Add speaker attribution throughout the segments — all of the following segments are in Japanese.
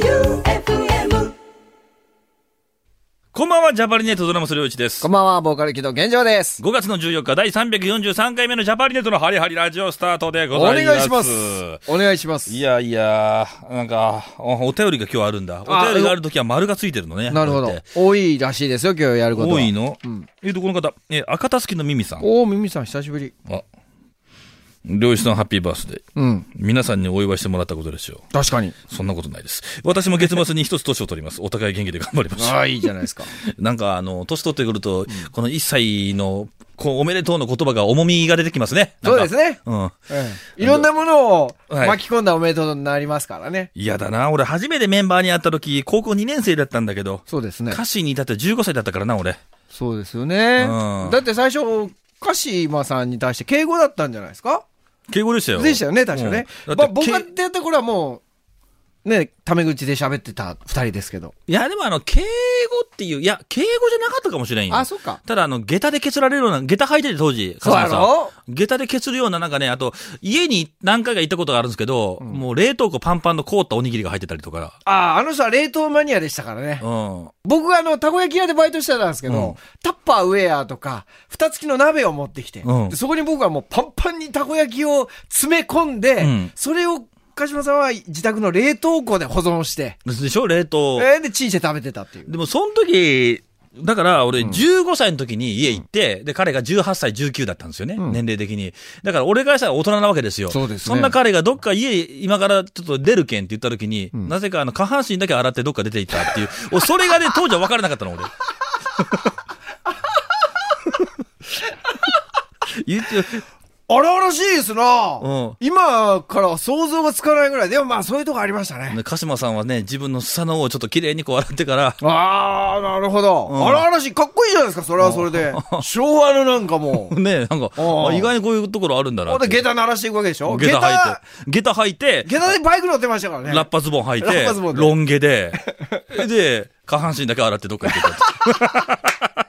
Speaker 1: J-O-E-U-F-M
Speaker 2: こんばんは、ジャパリネットドラムスりょういちです。
Speaker 3: こ
Speaker 2: 5
Speaker 3: んばんは、ボーカル起動現状です。
Speaker 2: 月の14日、第343回目のジャパリネットのハリハリラジオスタートでご
Speaker 3: お
Speaker 2: ざい
Speaker 3: 願い
Speaker 2: ます。
Speaker 3: します。お願いします。
Speaker 2: いやいや、なんか、おお便りが今日あるんだ。お
Speaker 3: あ
Speaker 2: 便りがあるときは丸がついてるのね。
Speaker 3: なるほ
Speaker 2: こう
Speaker 3: ど
Speaker 2: やっ。
Speaker 3: 多いらしいですよ、今日やる
Speaker 2: て
Speaker 3: ことは。
Speaker 2: 多いの、
Speaker 3: ん
Speaker 2: えっと、この方、え赤たすきのミミさん。
Speaker 3: おー、ミミさん久しぶり。
Speaker 2: あ、漁師さんハッピーバースデー。
Speaker 3: うん。
Speaker 2: 皆さんにお祝いしてもらったことでしょ
Speaker 3: 確かに。
Speaker 2: う。そんなことないです。私も月末に一つ年を取ります。お互い元気で頑張りましょう
Speaker 3: ああ、いいじゃないですか。
Speaker 2: なんか、あの、年取ってくると、この一歳の、こう、おめでとうの言葉が重みが出てきますね。なん
Speaker 3: そ
Speaker 2: か
Speaker 3: うです。ね。
Speaker 2: うん。
Speaker 3: うんいろんなものを
Speaker 2: はい
Speaker 3: 巻き込んだおめでとうになりますからね。
Speaker 2: 嫌だな。俺、初めてメンバーに会った時、高校2年生だったんだけど、
Speaker 3: そうですね
Speaker 2: 歌詞に至っては15歳だったからな、俺。
Speaker 3: そうですよね
Speaker 2: うん。
Speaker 3: だって最初、鹿島さんに対して敬語だったんじゃないですか
Speaker 2: 敬語でしたよ。
Speaker 3: でしたよね、確かね。
Speaker 2: うん
Speaker 3: ま
Speaker 2: だ
Speaker 3: あ
Speaker 2: って
Speaker 3: 僕が
Speaker 2: け
Speaker 3: 出た頃はもう、ね、タメ口で喋ってた二人ですけど。
Speaker 2: いや、でもあの、敬語っていう、いや、敬語じゃなかったかもしれんよ。
Speaker 3: あ、そっか。
Speaker 2: ただ、あの、下駄で削られるような、下駄履いてて当時、
Speaker 3: そうや
Speaker 2: 笠原
Speaker 3: ろ
Speaker 2: さん。下駄で削るような、なんかね、あと、家に何回か行ったことがあるんですけど、もう冷凍庫パンパンの凍ったおにぎりが入ってたりとか。
Speaker 3: ああ、あの人は冷凍マニアでしたからね
Speaker 2: う。ん。
Speaker 3: 僕があの、たこ焼き屋でバイトしてたんですけど、
Speaker 2: うん
Speaker 3: タッパーウェアとか、蓋付きの鍋を持ってきて、
Speaker 2: うん
Speaker 3: でそこに僕はもうパンパンにたこ焼きを詰め込んで、
Speaker 2: うん
Speaker 3: それを鹿島さんは自宅の冷凍庫で保存して、
Speaker 2: でしょ冷凍。
Speaker 3: えーで、チンして食べてたっていう。
Speaker 2: でも、その時、だから、俺、15歳の時に家行って、で、彼が18歳、19だったんですよね、年齢的に。だから、俺からしたら大人なわけですよ。
Speaker 3: そうですね
Speaker 2: そんな彼がどっか家、今からちょっと出るけんって言った時に、なぜか、あの、下半身だけ洗ってどっか出ていったっていう。 おそれがね、当時は分からなかったの、俺。 言って
Speaker 3: あらあらしいですな、
Speaker 2: うん
Speaker 3: 今からは想像がつかないぐらい。でもまあ、そういうとこありましたね。
Speaker 2: 鹿島さんはね、自分の裾の緒をちょっと綺麗にこう洗ってから、
Speaker 3: ああ、なるほど。
Speaker 2: うん
Speaker 3: あらあらしい。かっこいいじゃないですか、それはそれで。昭和のなん かもう。
Speaker 2: ね、なんか、
Speaker 3: うん
Speaker 2: あ意外にこういうところあるんだなっ
Speaker 3: ほんで、
Speaker 2: て。
Speaker 3: 下駄鳴らしていくわけでしょ
Speaker 2: 下駄履いて。下駄履いて、
Speaker 3: 下駄でバイク乗ってましたからね。
Speaker 2: ラッパズボン履い
Speaker 3: ラッ
Speaker 2: て
Speaker 3: パズボン、で
Speaker 2: ロン毛で、で、下半身だけ洗ってどっか行ってたって。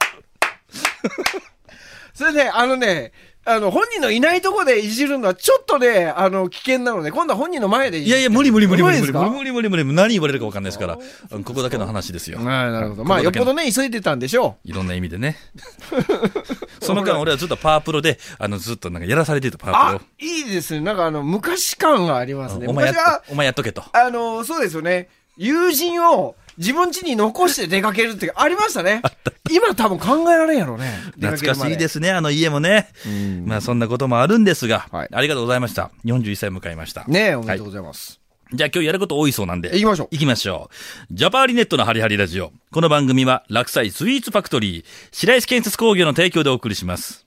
Speaker 3: それね、あのね、あの、本人のいないとこでいじるのはちょっとね、あの、危険なので、今度は本人の前 でい
Speaker 2: い
Speaker 3: じ
Speaker 2: や
Speaker 3: る。
Speaker 2: いや、無理無理無理無理無
Speaker 3: 無
Speaker 2: 理
Speaker 3: 理ですか
Speaker 2: 無理無理無理無理何言われるか分かんないですから、うんここだけの話ですよ。
Speaker 3: はい、なるほど。まあ、よっぽどね、急いでたんでしょ
Speaker 2: いろんな意味でね。 その間俺はずっとパワープロで、あの、ずっとなんかやらされてたパ
Speaker 3: う。
Speaker 2: ワー
Speaker 3: あ
Speaker 2: プ、
Speaker 3: いいですね。なんかあの、昔感がありますね。
Speaker 2: ロ。お前や
Speaker 3: 昔は
Speaker 2: っ、と、お前やっとけと。
Speaker 3: あの、そうですよね。友人を自分家に残して出かけるってありましたね。今多分考えられんやろうね。。
Speaker 2: 懐かしいですすね、あの家もね。まあそんなこともあるんですが、
Speaker 3: はい
Speaker 2: ありがとうございました。41歳迎えました。
Speaker 3: ねえ、おめでとう
Speaker 2: は
Speaker 3: ございます。
Speaker 2: いじゃあ今日やること多いそうなんで。
Speaker 3: 行きましょう。
Speaker 2: 行きましょう。ジャパーリネットのハリハリラジオ。この番組は、落栽スイーツファクトリー、白石建設工業の提供でお送りします。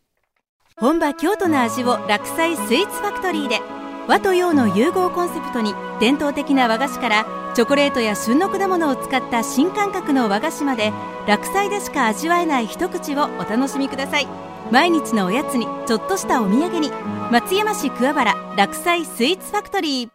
Speaker 4: 本場京都の味を落菜スイーツファクトリーで和と洋の融合コンセプトに伝統的な和菓子からチョコレートや旬の果物を使った新感覚の和菓子まで落菜でしか味わえない一口をお楽しみください毎日のおやつにちょっとしたお土産に松山市桑原落菜スイーツファクトリー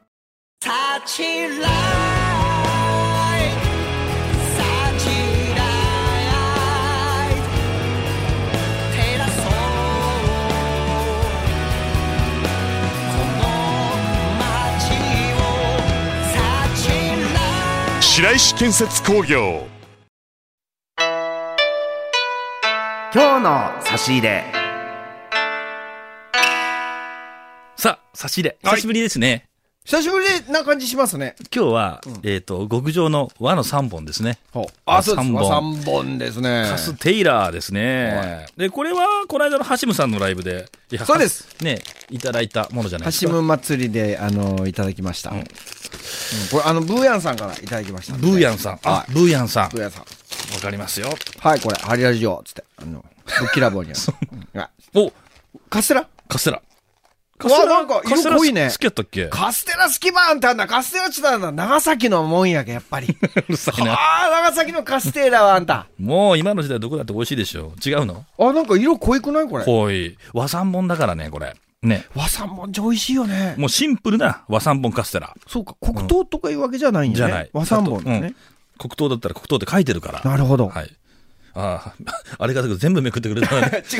Speaker 5: 白石建設工業
Speaker 6: 今日の差し入れ
Speaker 2: さあ、差し入れ。
Speaker 3: はい
Speaker 2: 久しぶりですね。
Speaker 3: 久しぶりな感じしますね。
Speaker 2: 今日は、えっ、と、極上の和の3本ですね。
Speaker 3: あ、そうで
Speaker 2: 三
Speaker 3: す。3
Speaker 2: 本
Speaker 3: 本ですね。
Speaker 2: カステイラーですね。で、これは、この間のハシムさんのライブで、いや
Speaker 3: そうです。
Speaker 2: ね、いただいたものじゃない
Speaker 3: ハ
Speaker 2: です
Speaker 3: シ
Speaker 2: か。
Speaker 3: ム祭りで、あの、いただきました。
Speaker 2: ん
Speaker 3: うんこれ、あの、ブーヤンさんからいただきましたんで。
Speaker 2: ブーヤンさん。あ
Speaker 3: は、い
Speaker 2: ブーヤンさん。わ
Speaker 3: ブーヤンさん。
Speaker 2: かりますよ。
Speaker 3: はい、これ、ハリラジオ、つって。あの、ぶっきらぼ うにあるうんはい
Speaker 2: お、
Speaker 3: カステラ
Speaker 2: カステラ。カ
Speaker 3: わなんか色濃い
Speaker 2: カ
Speaker 3: ね
Speaker 2: ステラ好きやったっけ
Speaker 3: カステラ好きバーンってあんだ。カステラっちゅったんだ。長崎のもんやけ、やっぱり。
Speaker 2: うるさ いな。
Speaker 3: ああ、長崎のカステラはあ んた。
Speaker 2: もう今の時代どこだって美味しいでしょ。違うの
Speaker 3: あ、なんか色濃いくないこれ。
Speaker 2: 濃い。和三本だからね、これ。ね。
Speaker 3: 和三盆茶美味しいよね。
Speaker 2: もうシンプルな和三本カステラ。
Speaker 3: そうか、黒糖とかいうわけじゃないんやね。
Speaker 2: じゃない。
Speaker 3: 和三
Speaker 2: ちゃ
Speaker 3: 盆
Speaker 2: んと
Speaker 3: だ
Speaker 2: う
Speaker 3: ね
Speaker 2: ん。黒糖だったら黒糖って書いてるから。
Speaker 3: なるほど。
Speaker 2: はい。ああ、 あれが全部めくってくれた ね。
Speaker 3: 違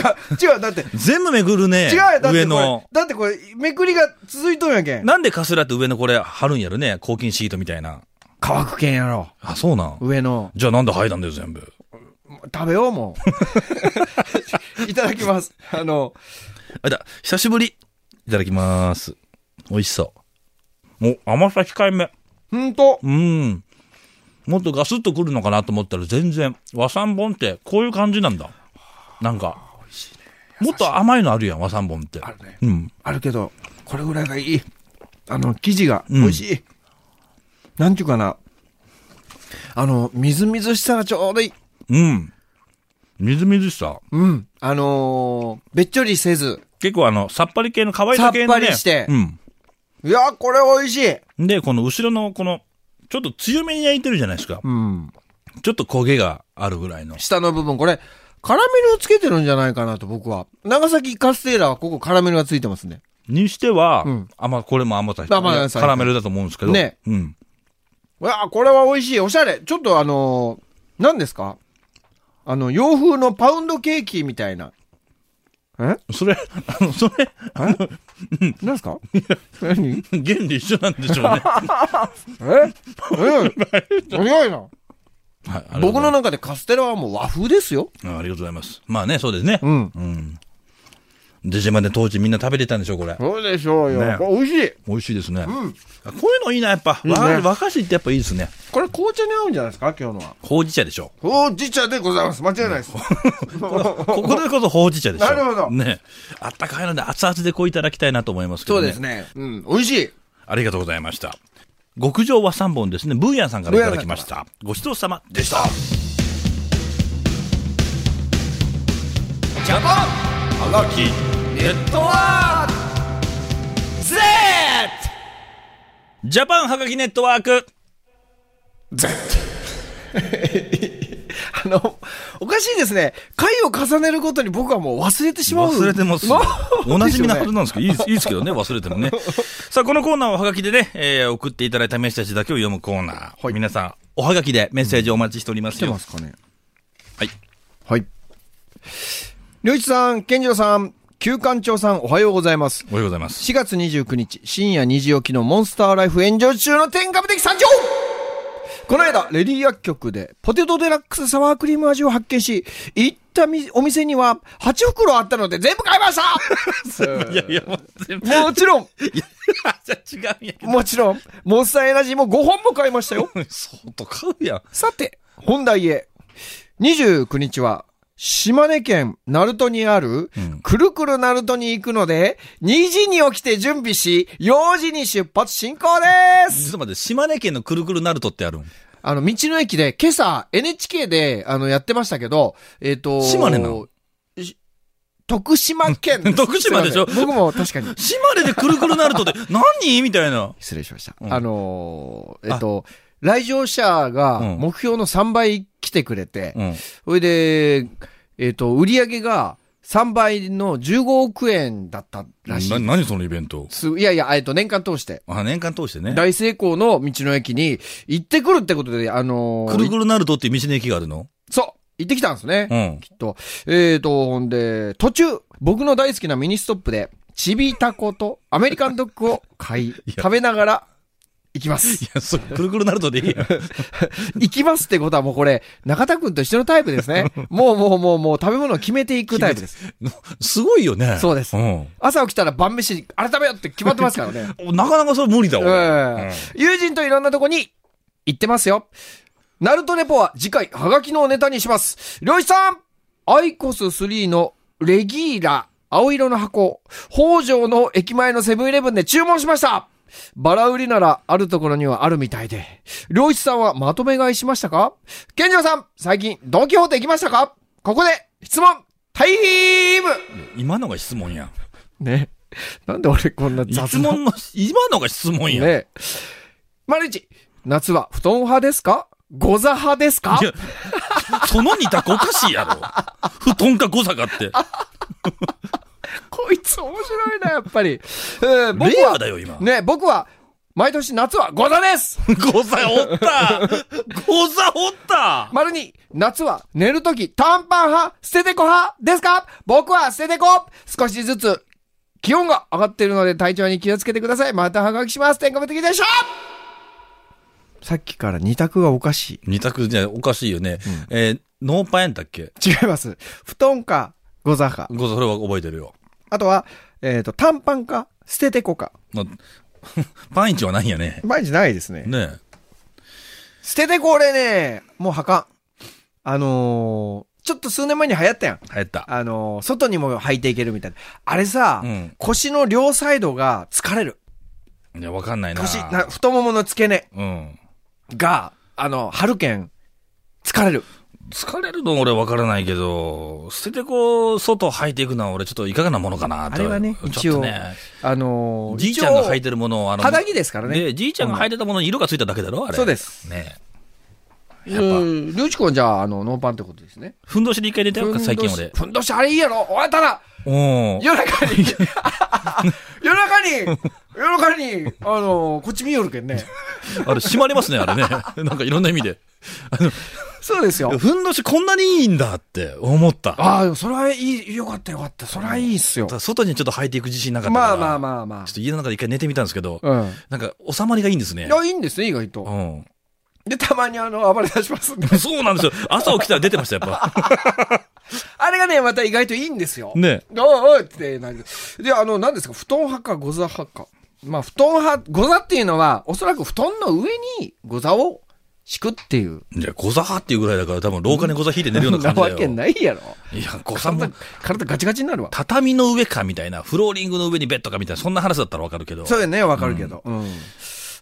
Speaker 3: う、違う、だって、違
Speaker 2: 全部めくるね。
Speaker 3: うよ、だっ
Speaker 2: 上
Speaker 3: てこ
Speaker 2: の
Speaker 3: れ。、だってこれ、めくりが続いとんやけん。
Speaker 2: なんでかすらって上のこれ貼るんやろね。抗菌シートみたいな。
Speaker 3: 乾くけんやろ。
Speaker 2: あ、そうなん。
Speaker 3: 上の。
Speaker 2: じゃあなんで剥いたんだよ、全部。
Speaker 3: 食べようも う。いただきます。あの、
Speaker 2: あ、だ、久しぶり。いただきます。美味しそう。お、甘さ控えめ。
Speaker 3: ほんと。
Speaker 2: うん。もっとガスッとくるのかなと思ったら全然。和三盆ってこういう感じなんだ。なんか。もっと甘いのあるやん、和三盆って。
Speaker 3: あるね
Speaker 2: うん。
Speaker 3: あるけど、これぐらいがいい。あの、生地が美味しい。なんていうかな。あの、みずみずしさがちょうどいい。
Speaker 2: うん。みずみずしさ。
Speaker 3: うん。あのーべっちょりせず。
Speaker 2: 結構あの、さっぱり系の乾いた系のね。
Speaker 3: さっぱりして
Speaker 2: うん。
Speaker 3: いや、これ美味しい。
Speaker 2: で、この後ろのこの、ちょっと強めに焼いてるじゃないですか。
Speaker 3: うん。
Speaker 2: ちょっと焦げがあるぐらいの。
Speaker 3: 下の部分、これ、カラメルをつけてるんじゃないかなと僕は。長崎カステーラはここカラメルがついてますね。
Speaker 2: にしては、
Speaker 3: うん
Speaker 2: あま、これも甘さ
Speaker 3: 甘さ控えて
Speaker 2: カラメルだと思うんですけど。
Speaker 3: ね。
Speaker 2: うん。
Speaker 3: いや、これは美味しい。おしゃれ。ちょっとあのー何ですかあの、洋風のパウンドケーキみたいな。え
Speaker 2: それ、あの、それ、
Speaker 3: 何で すか何
Speaker 2: 原理一緒なんでしょう ね。はい
Speaker 3: えうん。早いな。
Speaker 2: ありがとうございます
Speaker 3: 僕の中でカステラはもう和風ですよ。
Speaker 2: あありがとうございます。まあね、そうですね。
Speaker 3: ん。
Speaker 2: うん。出島で当時みんな食べてたんでしょう、これ。
Speaker 3: そうでしょうよ。
Speaker 2: ね
Speaker 3: これ美味しい。
Speaker 2: 美味しいですね。あこういうのいいな、やっぱ。
Speaker 3: いいね
Speaker 2: わ和菓子ってやっぱいいですね。
Speaker 3: これ紅茶に合うんじゃないですか今日のは。
Speaker 2: ほうじ茶でしょ。
Speaker 3: ほうじ茶でございます。間違いない です。
Speaker 2: ここでこそほうじ茶でしょ。
Speaker 3: なるほど
Speaker 2: ね。あったかいので熱々でこういただきたいなと思いますけ
Speaker 3: そ
Speaker 2: ど
Speaker 3: う
Speaker 2: ね。
Speaker 3: ですね。うん。美味しい。
Speaker 2: ありがとうございました。極上は3本ですね。ブーヤンさんからいただきました。ごちそうさまでした。ジャパンはがきネットワーク Z! ジャパンはがきネットワーク
Speaker 3: あの、おかしいですね。回を重ねるごとに僕はもう忘れてしまう。
Speaker 2: 忘れてます。 おなじみなはずなんですけど、いいですいいですけどね、忘れても ね。さあ、このコーナーははがきでね、えー送っていただいたメッセージだけを読むコーナー。
Speaker 3: はい
Speaker 2: 皆さん、おはがきでメッセージをお待ちしております
Speaker 3: 来て
Speaker 2: よ。
Speaker 3: ますかね。
Speaker 2: はい。
Speaker 3: はい。りょういちさん、健次郎さん、旧館長さん、おはようございます。
Speaker 2: おはようございます。
Speaker 3: 4月29日、深夜2時起きのモンスターライフ炎上中の天下無敵参上この間、レディー薬局でポテトデラックスサワークリーム味を発見し、行ったみお店には8袋あったので全部買いま した
Speaker 2: いやいや、もう全部。
Speaker 3: もちろん、
Speaker 2: いや、じゃあ違うんやけど。
Speaker 3: もちろん、モンスターエナジーも5本も買いましたよ。
Speaker 2: 相当買うやん。
Speaker 3: さて、本題へ。29日は、島根県鳴門にある、くるくる鳴門に行くので、2時に起きて準備し、4時に出発進行です
Speaker 2: ちょっと待って、島根県のくるくるナルトってあるん
Speaker 3: あの、道の駅で、今朝、NHK で、あの、やってましたけど、えっ、と、
Speaker 2: 島根なの
Speaker 3: し徳島県で す
Speaker 2: 徳島でしょ
Speaker 3: すいません僕も確か に。
Speaker 2: 島根でくるくるナルトって 何みたいな。
Speaker 3: 失礼しました。
Speaker 2: うん
Speaker 3: あのーえっ、と、来場者が
Speaker 2: うん
Speaker 3: 目標の3倍来てくれて、
Speaker 2: うん。
Speaker 3: それで、えっ、と、売り上げが3倍の15億円だったらしい
Speaker 2: な、。何そのイベント
Speaker 3: すいやいや、えっ、と、年間通して。
Speaker 2: あ、年間通してね。
Speaker 3: 大成功の道の駅に行ってくるってことで、あのー
Speaker 2: くる
Speaker 3: い
Speaker 2: くるナルトっていう道の駅があるの
Speaker 3: そう、行ってきたんですね。
Speaker 2: うん。
Speaker 3: きっと。えーと、ほんで、途中、僕の大好きなミニストップで、チビタコとアメリカンドッグを 買い、
Speaker 2: や
Speaker 3: 食べながら、行きます。
Speaker 2: いや、そう、くるくるナルトでいいやん。
Speaker 3: 行きますってことはもうこれ、中田くんと一緒のタイプです ね。もうもうもうもう食べ物を決めていくタイプです。
Speaker 2: すごいよね。
Speaker 3: そうです
Speaker 2: うん。
Speaker 3: 朝起きたら晩飯、改めようって決まってますから ね。
Speaker 2: おなかなかそれ無理だ、
Speaker 3: うん
Speaker 2: 俺。
Speaker 3: 友人といろんなとこに行ってますよ。ナルトレポは次回、ハガキのネタにします。漁師さんアイコス3のレギーラ、青色の箱、北条の駅前のセブンイレブンで注文しましたバラ売りならあるところにはあるみたいで。漁師さんはまとめ買いしましたか健二郎さん、最近、ドンキホーテ行きましたかここで、質問タイム
Speaker 2: うん今のが質問やん。
Speaker 3: ね。なんで俺こんな雑な
Speaker 2: 質問の、今のが質問やん。
Speaker 3: ねえ。丸一、夏は布団派ですかゴザ派ですか
Speaker 2: いや、その二択おかしいやろ。布団か誤差かって。
Speaker 3: こいつ面白いな、やっぱり。えー僕
Speaker 2: レア
Speaker 3: は、
Speaker 2: だよ、今。
Speaker 3: ね、僕は、毎年夏はゴザです
Speaker 2: ゴザおったゴザおった
Speaker 3: 丸に、夏は寝るとき短パン派、捨ててこ派ですか僕は捨ててこ少しずつ気温が上がっているので体調に気をつけてください。またハガキします。天下無敵でしょさっきから二択がおかしい。
Speaker 2: 二択じゃおかしいよね。えーノーパンやったっけ
Speaker 3: 違います。布団か、ゴザか。
Speaker 2: ゴザそれは覚えてるよ。
Speaker 3: あとは、えっ、と、短パンか、捨ててこか。
Speaker 2: まあ、 パンイチはないんやね。
Speaker 3: 毎日ないですね。
Speaker 2: ねえ
Speaker 3: 捨ててこ俺ね、もうはかん。あのーちょっと数年前に流行ったやん。
Speaker 2: 流行った。
Speaker 3: あのー外にも履いていけるみたいな。あれさ、
Speaker 2: うん
Speaker 3: 腰の両サイドが疲れる。
Speaker 2: いや、わかんないな。
Speaker 3: 腰、な太ももの付け根
Speaker 2: うん。
Speaker 3: が、あの、春るけん、疲れる。
Speaker 2: 疲れるの俺わからないけど、捨ててこう、外履いていくのは俺ちょっといかがなものかなと。
Speaker 3: あれはね、
Speaker 2: ち
Speaker 3: 一
Speaker 2: ょっと
Speaker 3: 応、
Speaker 2: ね。
Speaker 3: あのー
Speaker 2: じいちゃんが履い
Speaker 3: 一
Speaker 2: てるものを、あ
Speaker 3: 応肌着ですからね。
Speaker 2: で、じいちゃんが履いてたものに色がついただけだろあれ。
Speaker 3: そうです。
Speaker 2: ねえやっぱ、
Speaker 3: うん、りょうちくんはじゃあ、あの、ノーパンってことですね。
Speaker 2: ふんどしで一回寝たよ
Speaker 3: ふんどし
Speaker 2: 最近俺。
Speaker 3: ふんどしあれいいやろ終わったら、
Speaker 2: うん。
Speaker 3: 夜中 に、夜中に、夜中に、あのーこっち見よるけ んね。
Speaker 2: あれ、閉まりますね、あれね。 なんかいろんな意味で。
Speaker 3: そうですよ。
Speaker 2: ふんどしこんなにいいんだって思った。だか
Speaker 3: ああ、でもそれはいい、よかったよかった。それはいいっすよ。
Speaker 2: ら外にちょっと履いていく自信なかったから。
Speaker 3: まあまあまあま
Speaker 2: ちょっと家の中で一回寝てみたんですけど、
Speaker 3: あ。うん。
Speaker 2: なんか収まりがいいんですね
Speaker 3: い。や、いいんですね、意外
Speaker 2: う
Speaker 3: と。
Speaker 2: ん。
Speaker 3: で、たまにあの、暴れ出しますんで
Speaker 2: そうなんです よ。朝起きたら出てました、やっ ぱ。
Speaker 3: あれがね、また意外といいんですよ。
Speaker 2: ね。
Speaker 3: おいおいってなる。で、あの、何ですか、布団派か、ゴザ派か。まあ、布団派、ゴザっていうのは、おそらく布団の上にゴザを敷くっていう。
Speaker 2: じゃあ、ゴザ派っていうぐらいだから、多分廊下にゴザ引いて寝るような感じだ
Speaker 3: わ
Speaker 2: よ。
Speaker 3: けないやろ。
Speaker 2: いや、ゴザ
Speaker 3: 体
Speaker 2: も、、
Speaker 3: 体ガチガチになるわ。
Speaker 2: 畳の上かみたいな、フローリングの上にベッドかみたいな、そんな話だったらわかるけど。
Speaker 3: そうよね、わかるけど。うん。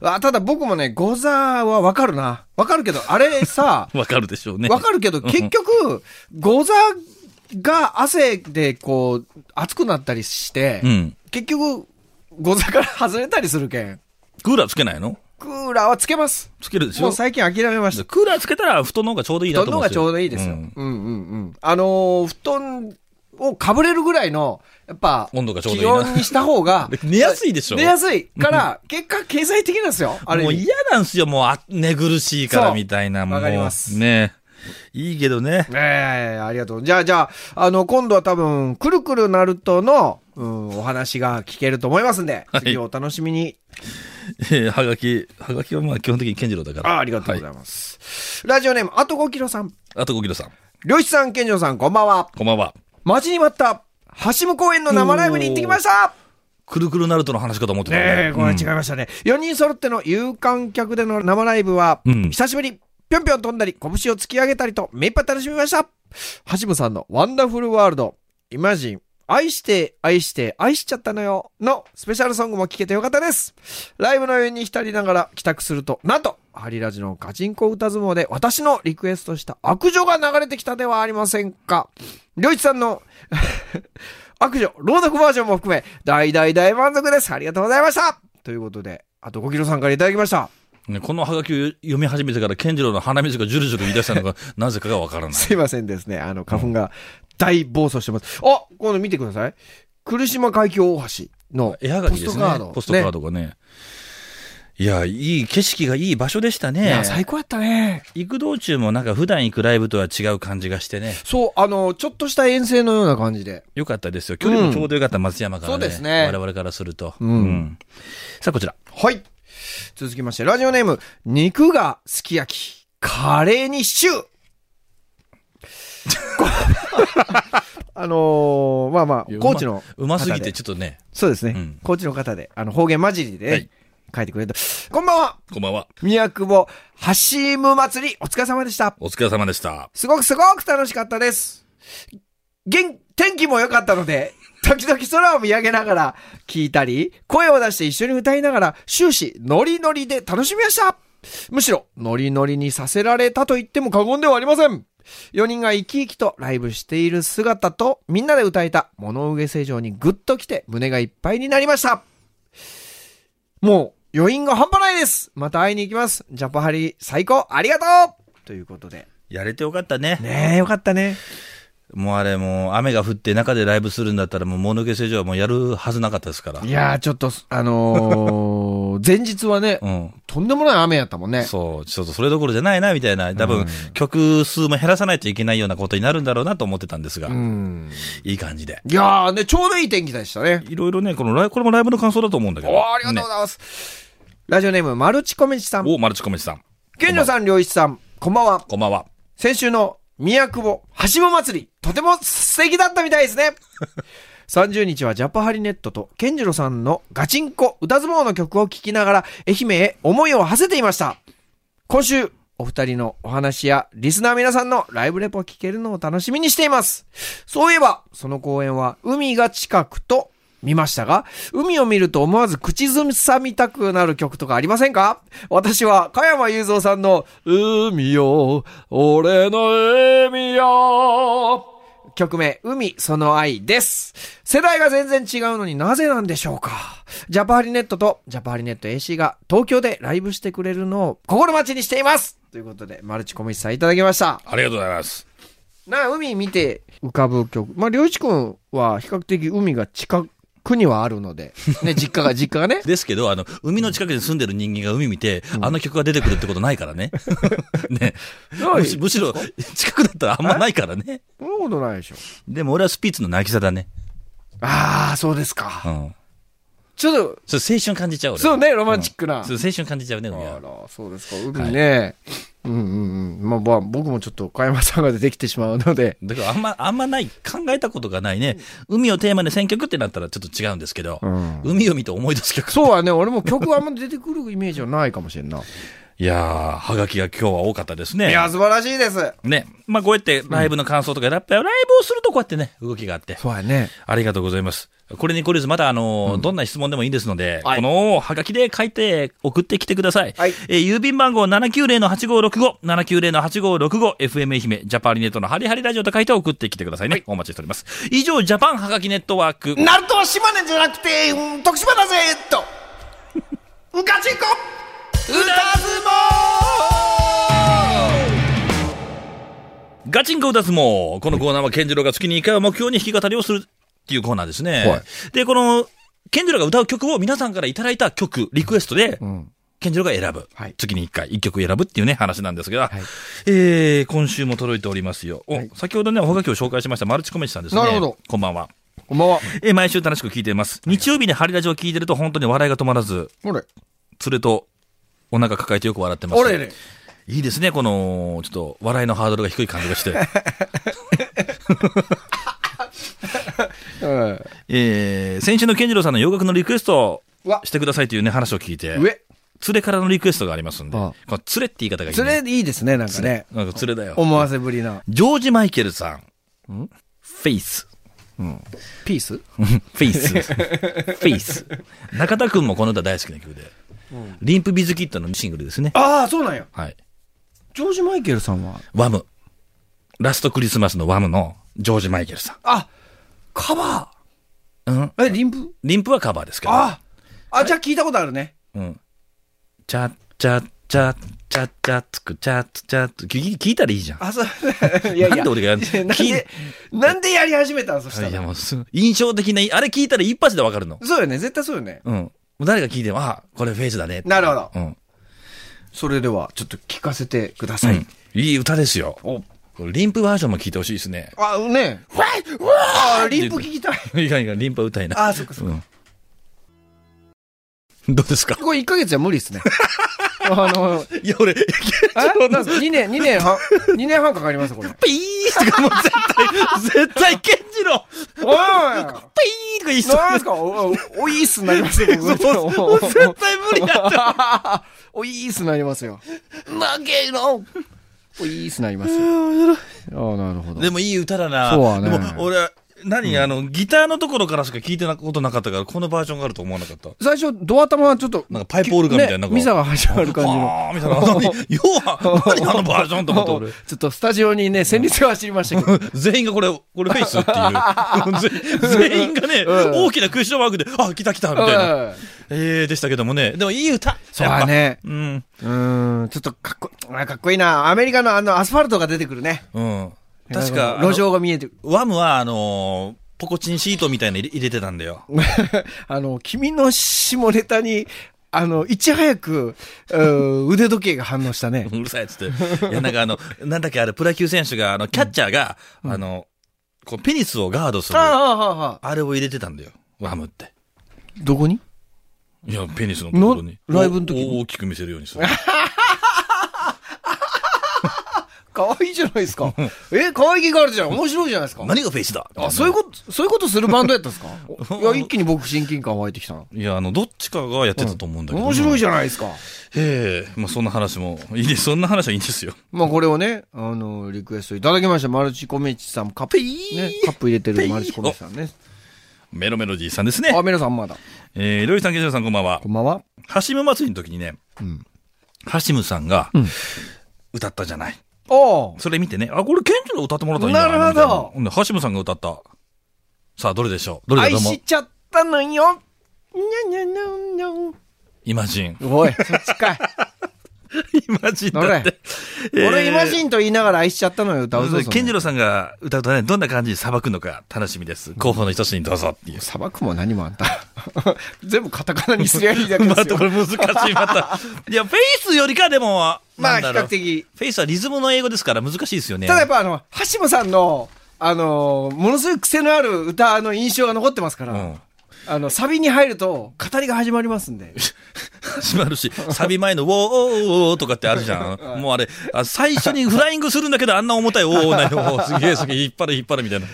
Speaker 3: あただ僕もね、ゴザはわかるな。わかるけど、あれ さ、
Speaker 2: わかるでしょうね。
Speaker 3: わかるけど、
Speaker 2: うん
Speaker 3: 結局、ゴザが汗でこう、熱くなったりして、
Speaker 2: うん。
Speaker 3: 結局、ゴザから外れたりするけん。
Speaker 2: クーラーつけないの
Speaker 3: クーラーはつけます。
Speaker 2: つけるでし
Speaker 3: も
Speaker 2: ょ
Speaker 3: う最近諦めました。
Speaker 2: クーラーつけたら布団の方がちょうどいいな
Speaker 3: 布団
Speaker 2: と
Speaker 3: の
Speaker 2: 思うん
Speaker 3: 方が
Speaker 2: です
Speaker 3: ちょうどいいですよ。うんうんうん。あのー布団をかぶれるぐらいの、やっぱ、
Speaker 2: 温度がちょうどい
Speaker 3: 気
Speaker 2: いな
Speaker 3: 温にした方が、
Speaker 2: 寝やすいでしょ
Speaker 3: 寝やすいから、結果経済的なんですよ。あれ。
Speaker 2: もう嫌なんすよ、もうあ、寝苦しいから
Speaker 3: そう
Speaker 2: みたいな。もう
Speaker 3: わかります
Speaker 2: ねいいけどね。
Speaker 3: ええありがとう。じゃあ、じゃあ、あの、今度は多分、くるくるなるとの、うん、お話が聞けると思いますんで、
Speaker 2: はい
Speaker 3: 次をお楽しみに。
Speaker 2: えーはがき、はがきはまあ基本的に健次郎だから。
Speaker 3: あありがとうございます。ラジオネーム、あと5キロさん。
Speaker 2: はいあと5キロさん、
Speaker 3: 漁師さん、健常さん、こんばんは。
Speaker 2: こんばんは。
Speaker 3: 待ちに待った、橋向公園の生ライブに行ってきました
Speaker 2: くるくるなるとの話かと思ってた、
Speaker 3: ねえ、これは違い
Speaker 2: うん
Speaker 3: ましたね。4人揃っての有観客での生ライブは、
Speaker 2: うん
Speaker 3: 久しぶり、ぴょんぴょん飛んだり、拳を突き上げたりと、目いっぱい楽しみました。橋本さんのワンダフルワールド、イマジン、愛して、愛して、愛しちゃったのよ、のスペシャルソングも聴けてよかったです。ライブのように浸りながら帰宅すると、なんと、ハリラジのガチンコ歌相撲で私のリクエストした悪女が流れてきたではありませんか。りょうちさんの悪女、朗読バージョンも含め、大大大満足です。ありがとうございました。ということで、あと5キロさんからいただきました。
Speaker 2: ねこのはがきを読み始めてから健次郎の鼻水がジュルジュル言い出したの がなぜかがわからない。
Speaker 3: すいませんですね。あの、花粉が大暴走してます。あ今度見てください。来島海峡大橋の
Speaker 2: 絵はが
Speaker 3: ポ
Speaker 2: き
Speaker 3: ス
Speaker 2: で
Speaker 3: ト
Speaker 2: す
Speaker 3: カー
Speaker 2: ね
Speaker 3: ド。。
Speaker 2: ポストカー
Speaker 3: ね
Speaker 2: ドがね。いや、いい景色がいい場所でした
Speaker 3: い
Speaker 2: ね
Speaker 3: や、。最高やったね。
Speaker 2: 行く道中もなんか普段行くライブとは違う感じがしてね。
Speaker 3: そう、あの、ちょっとした遠征のような感じで。
Speaker 2: よかったですよ。距離もちょうどよかった、松山からね。
Speaker 3: そうですね
Speaker 2: 我々からすると。うんんさあ、こちら。
Speaker 3: はい。続きまして、ラジオネーム、肉がすき焼き、カレーにシチュ ー。こあのーまあまあ、高知の方で。
Speaker 2: うまうますぎて、ちょっとね。
Speaker 3: そうですね。
Speaker 2: うん
Speaker 3: 高知の方で、あの、方言混じりでね、
Speaker 2: はい
Speaker 3: 書いてくれた。こんばんは
Speaker 2: こんばんは。
Speaker 3: 宮久保、ハシーム祭り、お疲れ様でした。
Speaker 2: お疲れ様でした。
Speaker 3: すごくすごく楽しかったです。元天気も良かったので、時々空を見上げながら聞いたり、声を出して一緒に歌いながら終始ノリノリで楽しみましたむしろノリノリにさせられたと言っても過言ではありません4人が生き生きとライブしている姿とみんなで歌えた物上成城にグッと来て胸がいっぱいになりましたもう余韻が半端ないですまた会いに行きますジャパハリ最高ありがとうということで。
Speaker 2: やれてよかったね。
Speaker 3: ねえ、よかったね。
Speaker 2: もうあれ、もう雨が降って中でライブするんだったら、もう物消せ上はもうやるはずなかったですから。
Speaker 3: いやー、ちょっと、あのーの、 前日はね、
Speaker 2: うん。
Speaker 3: とんでもない雨やったもんね。
Speaker 2: そう、ちょっとそれどころじゃないな、みたいな。多分、曲数も減らさないといけないようなことになるんだろうなと思ってたんですが、
Speaker 3: うん。
Speaker 2: いい感じで。
Speaker 3: いやーね、ちょうどいい天気でしたね。
Speaker 2: いろいろね、このライブ、これもライブの感想だと思うんだけ
Speaker 3: お
Speaker 2: ど。
Speaker 3: ー、ありが
Speaker 2: ね
Speaker 3: とうございます。ラジオネーム、マルチコメチさん。
Speaker 2: おマルチコメチさん。
Speaker 3: ケンジョさん、良一さん、こんばんは。
Speaker 2: こんばんは。
Speaker 3: 先週の宮久保橋本祭り、とても素敵だったみたいです ね。30日はジャパハリネットと健次郎さんのガチンコ歌相撲の曲を聴きながら愛媛へ思いを馳せていました。今週、お二人のお話やリスナー皆さんのライブレポを聞けるのを楽しみにしています。そういえば、その公演は海が近くと見ましたが、海を見ると思わず口ずさみたくなる曲とかありませんか私は、加山雄三さんの、海よ、俺の海よ、曲名、海その愛です。世代が全然違うのになぜなんでしょうか。ジャパハリネットとジャパハリネット AC が東京でライブしてくれるのを心待ちにしていますということで、マルチコミッシさんいただきました。
Speaker 2: ありがとうございます。
Speaker 3: なあ、海見て浮かぶ曲。まあ、りょういちくんは比較的海が近くにはあるので、ね、実家が、実家がね。
Speaker 2: ですけど、あの、海の近くに住んでる人間が海見て、あの曲が出てくるってことないから ね。ね。
Speaker 3: ない
Speaker 2: むしむしろ、近くだったらあんまないからね。
Speaker 3: そんなことないでしょ。
Speaker 2: でも俺はスピッツの渚だね。
Speaker 3: ああ、そうです
Speaker 2: う
Speaker 3: か。
Speaker 2: ん。
Speaker 3: ちょっと、
Speaker 2: そう、青春感じちゃう俺。
Speaker 3: そうね、ロマンチックな。
Speaker 2: そう青春感じちゃうね、海
Speaker 3: あ
Speaker 2: は。
Speaker 3: ら、そうですか、海ね。うんうんうん。まあ、まあ、僕もちょっと、加山さんが出てきてしまうので。
Speaker 2: だからあんま、あんまない、考えたことがないね。海をテーマで選曲ってなったらちょっと違うんですけど、
Speaker 3: ん
Speaker 2: 海を見て思い出す曲。
Speaker 3: そうはね、俺も曲はあんま出てくるイメージはないかもしれんな。い
Speaker 2: いやー、はがきが今日は多かったですね。
Speaker 3: や、素晴らしいです。
Speaker 2: ね。まあ、こうやってライブの感想とか、やっぱライブをするとこうやってね、動きがあって。
Speaker 3: そうやね。
Speaker 2: ありがとうございます。これにこれず、またあのーどんな質問でもいいですので、
Speaker 3: はい
Speaker 2: このハガキで書いて送ってきてください。
Speaker 3: はい
Speaker 2: えー郵便番号790-8565、790-8565、FM 愛媛、ジャパンリネットのハリハリラジオと書いて送ってきてくださいね。お待ちしております。以上、ジャパンハガキネットワーク。
Speaker 3: ナルトは島根じゃなくて、うん徳島だぜと。ガチンコ
Speaker 2: ガチンコ歌相撲。このコーナーは健次郎が月に1回は目標に弾き語りをするっていうコーナーですね。
Speaker 3: はい
Speaker 2: で、この、健次郎が歌う曲を皆さんからいただいた曲、リクエストで、健次郎が選ぶ。
Speaker 3: はい
Speaker 2: 月に1回、1曲選ぶっていうね、話なんですが、
Speaker 3: い
Speaker 2: えー、今週も届いておりますよ。お、先ほどね、おはがきを紹介しましたマルチコメンチさんですね。
Speaker 3: なるほど。
Speaker 2: こんばんは。
Speaker 3: こんばんは。
Speaker 2: えー毎週楽しく聞いています。日曜日にハリラジオを聞いてると本当に笑いが止まらず、
Speaker 3: ほれ。
Speaker 2: それと、お腹抱えてよく笑ってます。
Speaker 3: 俺ね。
Speaker 2: いいですね、この、ちょっと、笑いのハードルが低い感じがして。
Speaker 3: うん。
Speaker 2: えー、先週の健次郎さんの洋楽のリクエスト
Speaker 3: うわ
Speaker 2: をしてくださいというね、話を聞いて、連
Speaker 3: 上。
Speaker 2: れからのリクエストがありますんで、
Speaker 3: ああ
Speaker 2: この連れって言い方がいい、ね。
Speaker 3: それいいですね、なんかね。
Speaker 2: なんか連れだよ。
Speaker 3: 思わせぶりな。
Speaker 2: ジョージ・マイケルさん。フェイス。
Speaker 3: ピース
Speaker 2: フェイス。フェイス。中田くんもこの歌大好きな曲で。リンプ・ビズ・キットのシングルですね。
Speaker 3: ああ、そうなんや。
Speaker 2: はい。
Speaker 3: ジョージ・マイケルさんは。
Speaker 2: ワム。ラストクリスマスのワムのジョージ・マイケルさ
Speaker 3: あ、カバ
Speaker 2: ん。うん。
Speaker 3: ー。え、リンプ
Speaker 2: リンプはカバーですけど。
Speaker 3: あ、あ、じゃあ聞いたことあるね。
Speaker 2: うん。チャッチャッチャッチャッチャッツクチャッチャッツ。聞聞いたらいいじゃん。
Speaker 3: あ、そう、 いやいや。
Speaker 2: なんで俺がやんの
Speaker 3: いなん
Speaker 2: 聞い
Speaker 3: で、なんでやり始めたんそした
Speaker 2: いや
Speaker 3: ら。
Speaker 2: もうす印象的な、あれ聞いたら一発でわかるの。
Speaker 3: そうよね、絶対そうよね。
Speaker 2: うん。もう誰が聞いても、あ、これフェイスだね。
Speaker 3: なるほど。
Speaker 2: うん。
Speaker 3: それでは、ちょっと聞かせてくだ
Speaker 2: う
Speaker 3: さい
Speaker 2: ん。いい歌ですよ。
Speaker 3: お
Speaker 2: これリンプバージョンも聞いてほしいですね。
Speaker 3: あ、ねえ。わいわあリンプ聞きたい。
Speaker 2: いかんいかん、リンプは歌いな。
Speaker 3: あ、そっかそっか。
Speaker 2: どうですか
Speaker 3: これ1ヶ月じゃ無理ですね。あの、
Speaker 2: いや、俺、ピ
Speaker 3: えなん2年、2年半、2年半かかりますよこれ。
Speaker 2: ーとかもう絶対、絶対、ケンジローピー
Speaker 3: おい
Speaker 2: とか言いそう。
Speaker 3: なんすかお、おおいーすになりますよ、僕
Speaker 2: もう絶対無理だった。
Speaker 3: おいーすになりますよ。
Speaker 2: 負けろ
Speaker 3: おいーすになりますよ。ああ、なるほど。
Speaker 2: でもいい歌だな。
Speaker 3: そうはね
Speaker 2: でも俺、何、あの、ギターのところからしか聞いてなことなかったから、このバージョンがあると思わなかった。
Speaker 3: 最初、ドア玉はちょっと、
Speaker 2: なんかパイプオルガンみたいななんか
Speaker 3: ねミサが始まる感じの。
Speaker 2: ああーみたいな。 何要は、何あのバージョンと思って俺。
Speaker 3: ちょっとスタジオにね、戦慄が走りましたけど。
Speaker 2: 全員がこれ、これフェイス っていう。ぜ全員がね、
Speaker 3: うん
Speaker 2: 大きなクッションマークで、あ、来た来たみたいな。えー、でしたけどもね。でもいい歌。
Speaker 3: そう
Speaker 2: やっ
Speaker 3: だ
Speaker 2: ぱ。
Speaker 3: ね。
Speaker 2: うん。
Speaker 3: うーん、ちょっとかっこいいあ、かっこいいな。アメリカのあの、アスファルトが出てくるね。
Speaker 2: うん。確か、
Speaker 3: 路上が見えてくる。
Speaker 2: あの。ワムは、あのー、 ポコチンシートみたいなの入れ入れてたんだよ。
Speaker 3: あの、君の下ネタに、あの、いち早く、うん腕時計が反応したね。
Speaker 2: うるさいっつって。いや、なんかあの、なんだっけ、あれ、プロ野球選手が、あの、キャッチャーが、あの、こう、ペニスをガードする、あ
Speaker 3: ああ、ああ、
Speaker 2: れを入れてたんだよ。ワムって。
Speaker 3: どこに
Speaker 2: いや、ペニスのところに。
Speaker 3: のライブの時
Speaker 2: お大きく見せるように する。
Speaker 3: 可愛いじゃないです か。え、可愛げがあるじゃん。面白いじゃないですか。
Speaker 2: 何がフェイスだ
Speaker 3: あ、そういうこと、そういうことするバンドやったんですか いや、一気に僕親近感湧いてきたな。
Speaker 2: いや、あの、どっちかがやってたと思うんだけど。
Speaker 3: 面白いじ
Speaker 2: ゃん。
Speaker 3: ゃないですか。
Speaker 2: ええ、まあ、そんな話も、いいです。そんな話はいいんですよ。
Speaker 3: まあこれをね、あの、リクエストいただきました。マルチコメチさん、カップ、ね、カップ入れてるマルチコメチさんね。
Speaker 2: メロメロディーさんですね
Speaker 3: あ、。皆さんまだ。
Speaker 2: えー、りょうじさん、けじろさん、こんばんは
Speaker 3: こ。んばんは。
Speaker 2: ハシム祭りの時にね、ハシムさんが、歌ったじゃない。
Speaker 3: お
Speaker 2: それ見てね、あ、これ、ケンジロ歌ってもらったらいいんじゃない
Speaker 3: なるほど
Speaker 2: みたいなほんで、ハシムさんが歌った。さあ、どれでしょうどれだ
Speaker 3: 愛
Speaker 2: と思う
Speaker 3: しちゃったのよ。にゃにゃにゃにゃん。。
Speaker 2: イマジン
Speaker 3: おい、そっちかい。
Speaker 2: イマジンだって。
Speaker 3: 俺、イマジ
Speaker 2: ン
Speaker 3: ンと言いながら愛しちゃったのよ、歌うぞ。
Speaker 2: ケンジロさんが歌うとね、どんな感じで裁くのか 楽しみです。候補の一つにどうぞっていう。
Speaker 3: 砂漠も何もあんた。 全部カタカナにすりゃいいだけ
Speaker 2: ま
Speaker 3: で
Speaker 2: あ、
Speaker 3: すよ
Speaker 2: こ。れ難しい、ま た。いや、フェイスよりか、でも、
Speaker 3: ま
Speaker 2: な
Speaker 3: あ、
Speaker 2: ん
Speaker 3: 比
Speaker 2: だろう
Speaker 3: 較。的。
Speaker 2: フェイスはリズムの英語ですから難しいですよね。
Speaker 3: ただやっぱあの、橋本さんの、あの、ものすごい癖のある歌の印象が残ってますから、
Speaker 2: うん
Speaker 3: あの、サビに入ると、語りが始まりますんで。
Speaker 2: 始まるし、サビ前のウォーおーおーとかってあるじゃ ん。もうあれ、あ最初にフライングするんだけど、あんな重たいおーおーないおーすげえすげえ、引っ張る引っ張る みたいな。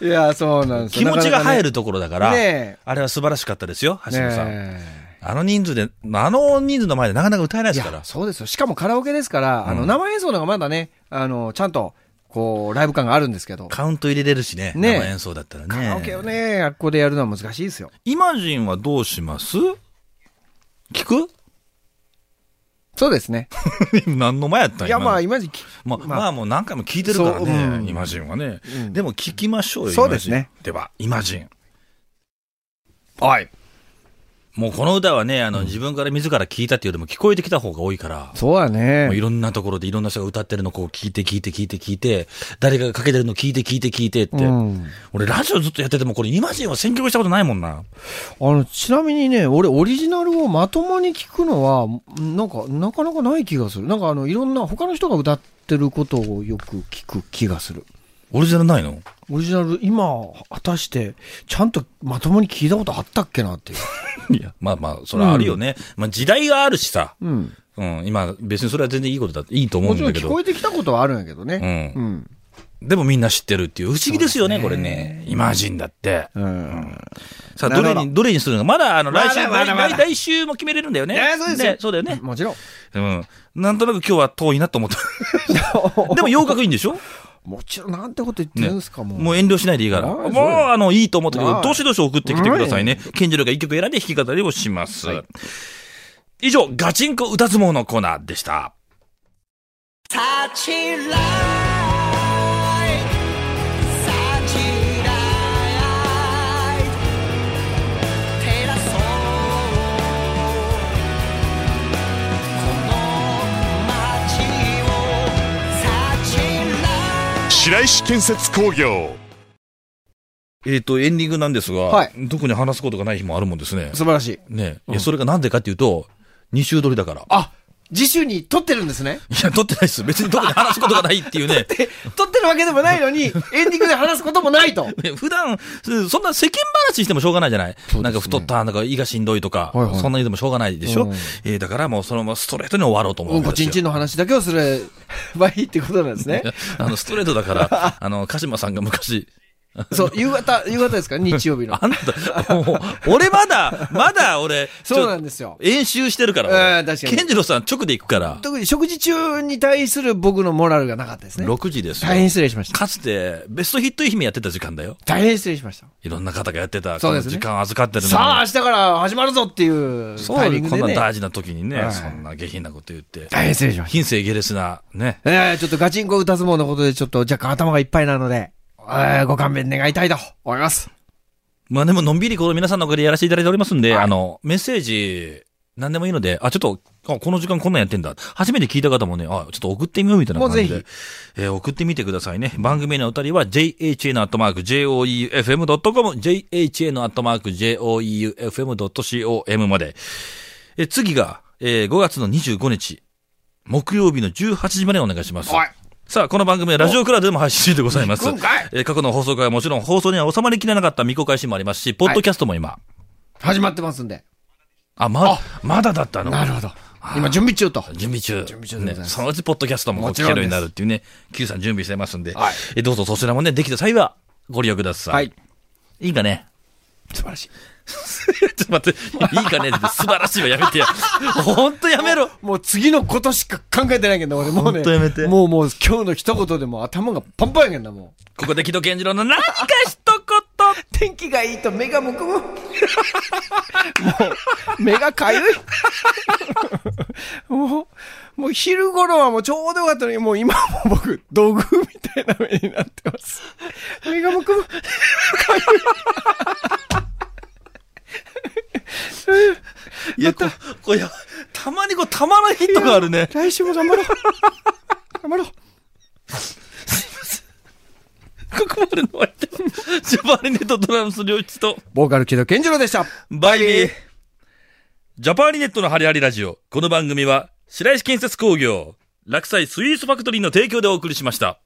Speaker 3: いや、 そうなんです
Speaker 2: 気持ちが入るところだから、
Speaker 3: ねえ
Speaker 2: あれは素晴らしかったですよ、
Speaker 3: な
Speaker 2: 橋
Speaker 3: か
Speaker 2: 本
Speaker 3: なか
Speaker 2: さん。
Speaker 3: ねねえ
Speaker 2: あの人数で、あの人数の前でなかなか歌えない
Speaker 3: い
Speaker 2: ですから
Speaker 3: や、。そうですよ。しかもカラオケですから、あ
Speaker 2: う
Speaker 3: の、
Speaker 2: ん
Speaker 3: 生演奏の方がまだね、あの、ちゃんと、こう、ライブ感があるんですけど、
Speaker 2: カウント入れれるしね、
Speaker 3: ねえ
Speaker 2: 生演奏だったらね。
Speaker 3: カラオケをね、あっこでやるのは難しいですよ。
Speaker 2: イマジンはどうします聞く
Speaker 3: そうですね。
Speaker 2: 何の前やったん
Speaker 3: いや、まあ、
Speaker 2: 今の
Speaker 3: 今時期、
Speaker 2: まあ、まあもう何回も聞いてるから
Speaker 3: そう
Speaker 2: ね、
Speaker 3: うん
Speaker 2: イマジンはね。でも聞きましょうよ、
Speaker 3: そうですね
Speaker 2: イマジン。では、イマジン。
Speaker 3: はい。
Speaker 2: もうこの歌はね、あの、自分から自ら聞いたっていうよりも聞こえてきた方が多いから、
Speaker 3: そうだ
Speaker 2: もうい
Speaker 3: ね。
Speaker 2: ろんなところでいろんな人が歌ってるのをこう聞いて聞いて聞いて聞いて、誰かがかけてるの聞いて聞いて聞いてって。
Speaker 3: うん。
Speaker 2: 俺ラジオずっとやっててもこれイマジンは選曲したことないもんな。
Speaker 3: あの、ちなみにね、俺オリジナルをまともに聞くのは、なんか、なかなかない気がする。なんかあの、いろんな、他の人が歌ってることをよく聞く気がする。
Speaker 2: オリジナルないの
Speaker 3: オリジナル、今、果たして、ちゃんとまともに聞いたことあったっけなっていう。
Speaker 2: いや。まあまあ、それはあるよね。まあ時代があるしさ。
Speaker 3: うん。
Speaker 2: うん、今、別にそれは全然いいことだ、いいと思う
Speaker 3: も
Speaker 2: ん
Speaker 3: ちろん
Speaker 2: だけ
Speaker 3: 聞
Speaker 2: ど。
Speaker 3: こえてきたことはあるんやけどね。
Speaker 2: う
Speaker 3: うん。
Speaker 2: でもみんな知ってるっていう。不思議ですよね、これね。イマジンだって。
Speaker 3: うん。
Speaker 2: さあ、どれ
Speaker 3: なるほ
Speaker 2: に、どれにするのか。まだ、あの、来週、
Speaker 3: まだまだまだ
Speaker 2: 来来週も決めれるんだよね。
Speaker 3: やそうですよ
Speaker 2: ねそうだよね。
Speaker 3: もちろん。
Speaker 2: うん。なんとなく今日は遠いなと思 った。でも洋楽いいんでしょ
Speaker 3: もちろん、なんてこと言ってるんですか、もう。
Speaker 2: もう遠慮しないでいいから。
Speaker 3: ああ
Speaker 2: も
Speaker 3: そう
Speaker 2: う、
Speaker 3: だよ
Speaker 2: あの、いいと思ったけ
Speaker 3: あ
Speaker 2: ど、
Speaker 3: あ
Speaker 2: どしどし送ってきてくださいね。ケンジロが一曲選んで弾き語りをします。以上、ガチンコ歌相撲のコーナーでした。
Speaker 5: 白石建設工業
Speaker 2: えっと、エンディングなんです
Speaker 3: は
Speaker 2: が、特に話すことがない日もあるもんですね。
Speaker 3: 素晴らしい。
Speaker 2: ねえいや、それがなんでかっていうと、2週撮りだから。い
Speaker 3: あ、次週に撮ってるんですね。
Speaker 2: や、撮ってないです。別に特に話すことがないっていうね。
Speaker 3: で撮ってるわけでもない のに、エンディングで話すこともないと。はい
Speaker 2: ね普段、すそんな世間話してもしょうがないじゃない、
Speaker 3: そうですね
Speaker 2: なんか太った、なんか胃がしんどいとか、
Speaker 3: はいはい
Speaker 2: そんなにでもしょうがないでしょ、
Speaker 3: うん
Speaker 2: えーだからもうそのままストレートに終わろうと思
Speaker 3: う
Speaker 2: うんん
Speaker 3: こ
Speaker 2: です
Speaker 3: ち
Speaker 2: よ。
Speaker 3: んちんの話だけをすればいいってことなんです ね。
Speaker 2: あの、ストレートだから、 あの、鹿島さんが昔、
Speaker 3: そう、夕方、夕方ですか日曜日 の
Speaker 2: あ。んた、もう、俺まだ、まだ俺、
Speaker 3: そうなん
Speaker 2: ちょ
Speaker 3: ですよ。
Speaker 2: 演習してるから、
Speaker 3: うん
Speaker 2: 俺
Speaker 3: 確かに
Speaker 2: 健次郎さん直で行くから、
Speaker 3: 特に食事中に対する僕のモラルがなかったですね。
Speaker 2: 6時ですよ。
Speaker 3: 大変失礼しました。
Speaker 2: かつて、ベストヒット姫やってた時間だよ。
Speaker 3: 大変失礼しました。
Speaker 2: いろんな方がやってた、
Speaker 3: そ
Speaker 2: こ
Speaker 3: うで
Speaker 2: の
Speaker 3: すね
Speaker 2: 時間預かってるのに。
Speaker 3: さあ、明日から始まるぞっていう
Speaker 2: そ
Speaker 3: タイミ
Speaker 2: う、
Speaker 3: ング
Speaker 2: こんな
Speaker 3: でね。
Speaker 2: 大事な時にね、
Speaker 3: はい
Speaker 2: そんな下品なこと言って、
Speaker 3: 大変失礼しました。
Speaker 2: 品性下劣な、ね、
Speaker 3: えー、ちょっとガチンコ歌相撲のことでちょっと若干頭がいっぱいなので、えー、ご勘弁願いたいと思います。
Speaker 2: まあでも、のんびりこの皆さんのおかげでやらせていただいておりますんで、あの、メッセージ、何でもいいので、あ、ちょっと、あこの時間こんなんやってんだ。初めて聞いた方もね、あ、ちょっと送ってみようみたいな感じ
Speaker 3: もうぜ
Speaker 2: で。えー送ってみてくださいね。番組へのお便りは、jha.joeufm.com、jha.joeufm.com まで。え次が、えー5月の25日、木曜日の18時までお願いします。
Speaker 3: はい。
Speaker 2: さあ、この番組はラジオクラウドでも配信中でございます。
Speaker 3: 行くんかい
Speaker 2: えー過去の放送回はもちろん放送には収まりきれなかった未公開シーンもありますし、ポッドキャストも今。
Speaker 3: 始まってますんで。
Speaker 2: あ、ま、まだだったの
Speaker 3: なるほど。今準備中と。
Speaker 2: 準備中。
Speaker 3: 準備中でございます
Speaker 2: ね。そのうち、ポッドキャストもこう
Speaker 3: もち
Speaker 2: 聞
Speaker 3: ろん
Speaker 2: け
Speaker 3: で
Speaker 2: るよう
Speaker 3: す
Speaker 2: になるっていうね、Q さん準備してますんで、
Speaker 3: はい
Speaker 2: えどうぞそちらもね、できた際はご利用ください。
Speaker 3: はいい。。
Speaker 2: いいかね
Speaker 3: 素晴らしい。
Speaker 2: ちょっと待って、いいかねって素晴らしいはやめてや。ほんとやめろ。
Speaker 3: もう次のことしか考えてないけど、俺もうね。
Speaker 2: ほんとやめて
Speaker 3: もうもう今日の一言でもう頭がパンパンやけんな、もう。
Speaker 2: ここで木戸健次郎の何か一言。
Speaker 3: 天気がいいと目がむくむ。もう、目がかゆい。 もう、もう昼頃はもうちょうどよかったのに、もう今はもう僕、土偶みたいな目になってます。目がむくむ。か
Speaker 2: いや、ここいや、たまにこう、たまらんヒットがあるね。
Speaker 3: ゆい来週も頑張ろう。頑張ろう。
Speaker 2: ここまでのお相手は、ジャパニネットドラムス良一と、
Speaker 3: ボーカル木戸健次郎でした。
Speaker 2: バイビー。ジャパーリネットのハリハリラジオ。この番組は、白石建設工業、落栽スイーツファクトリーの提供でお送りしました。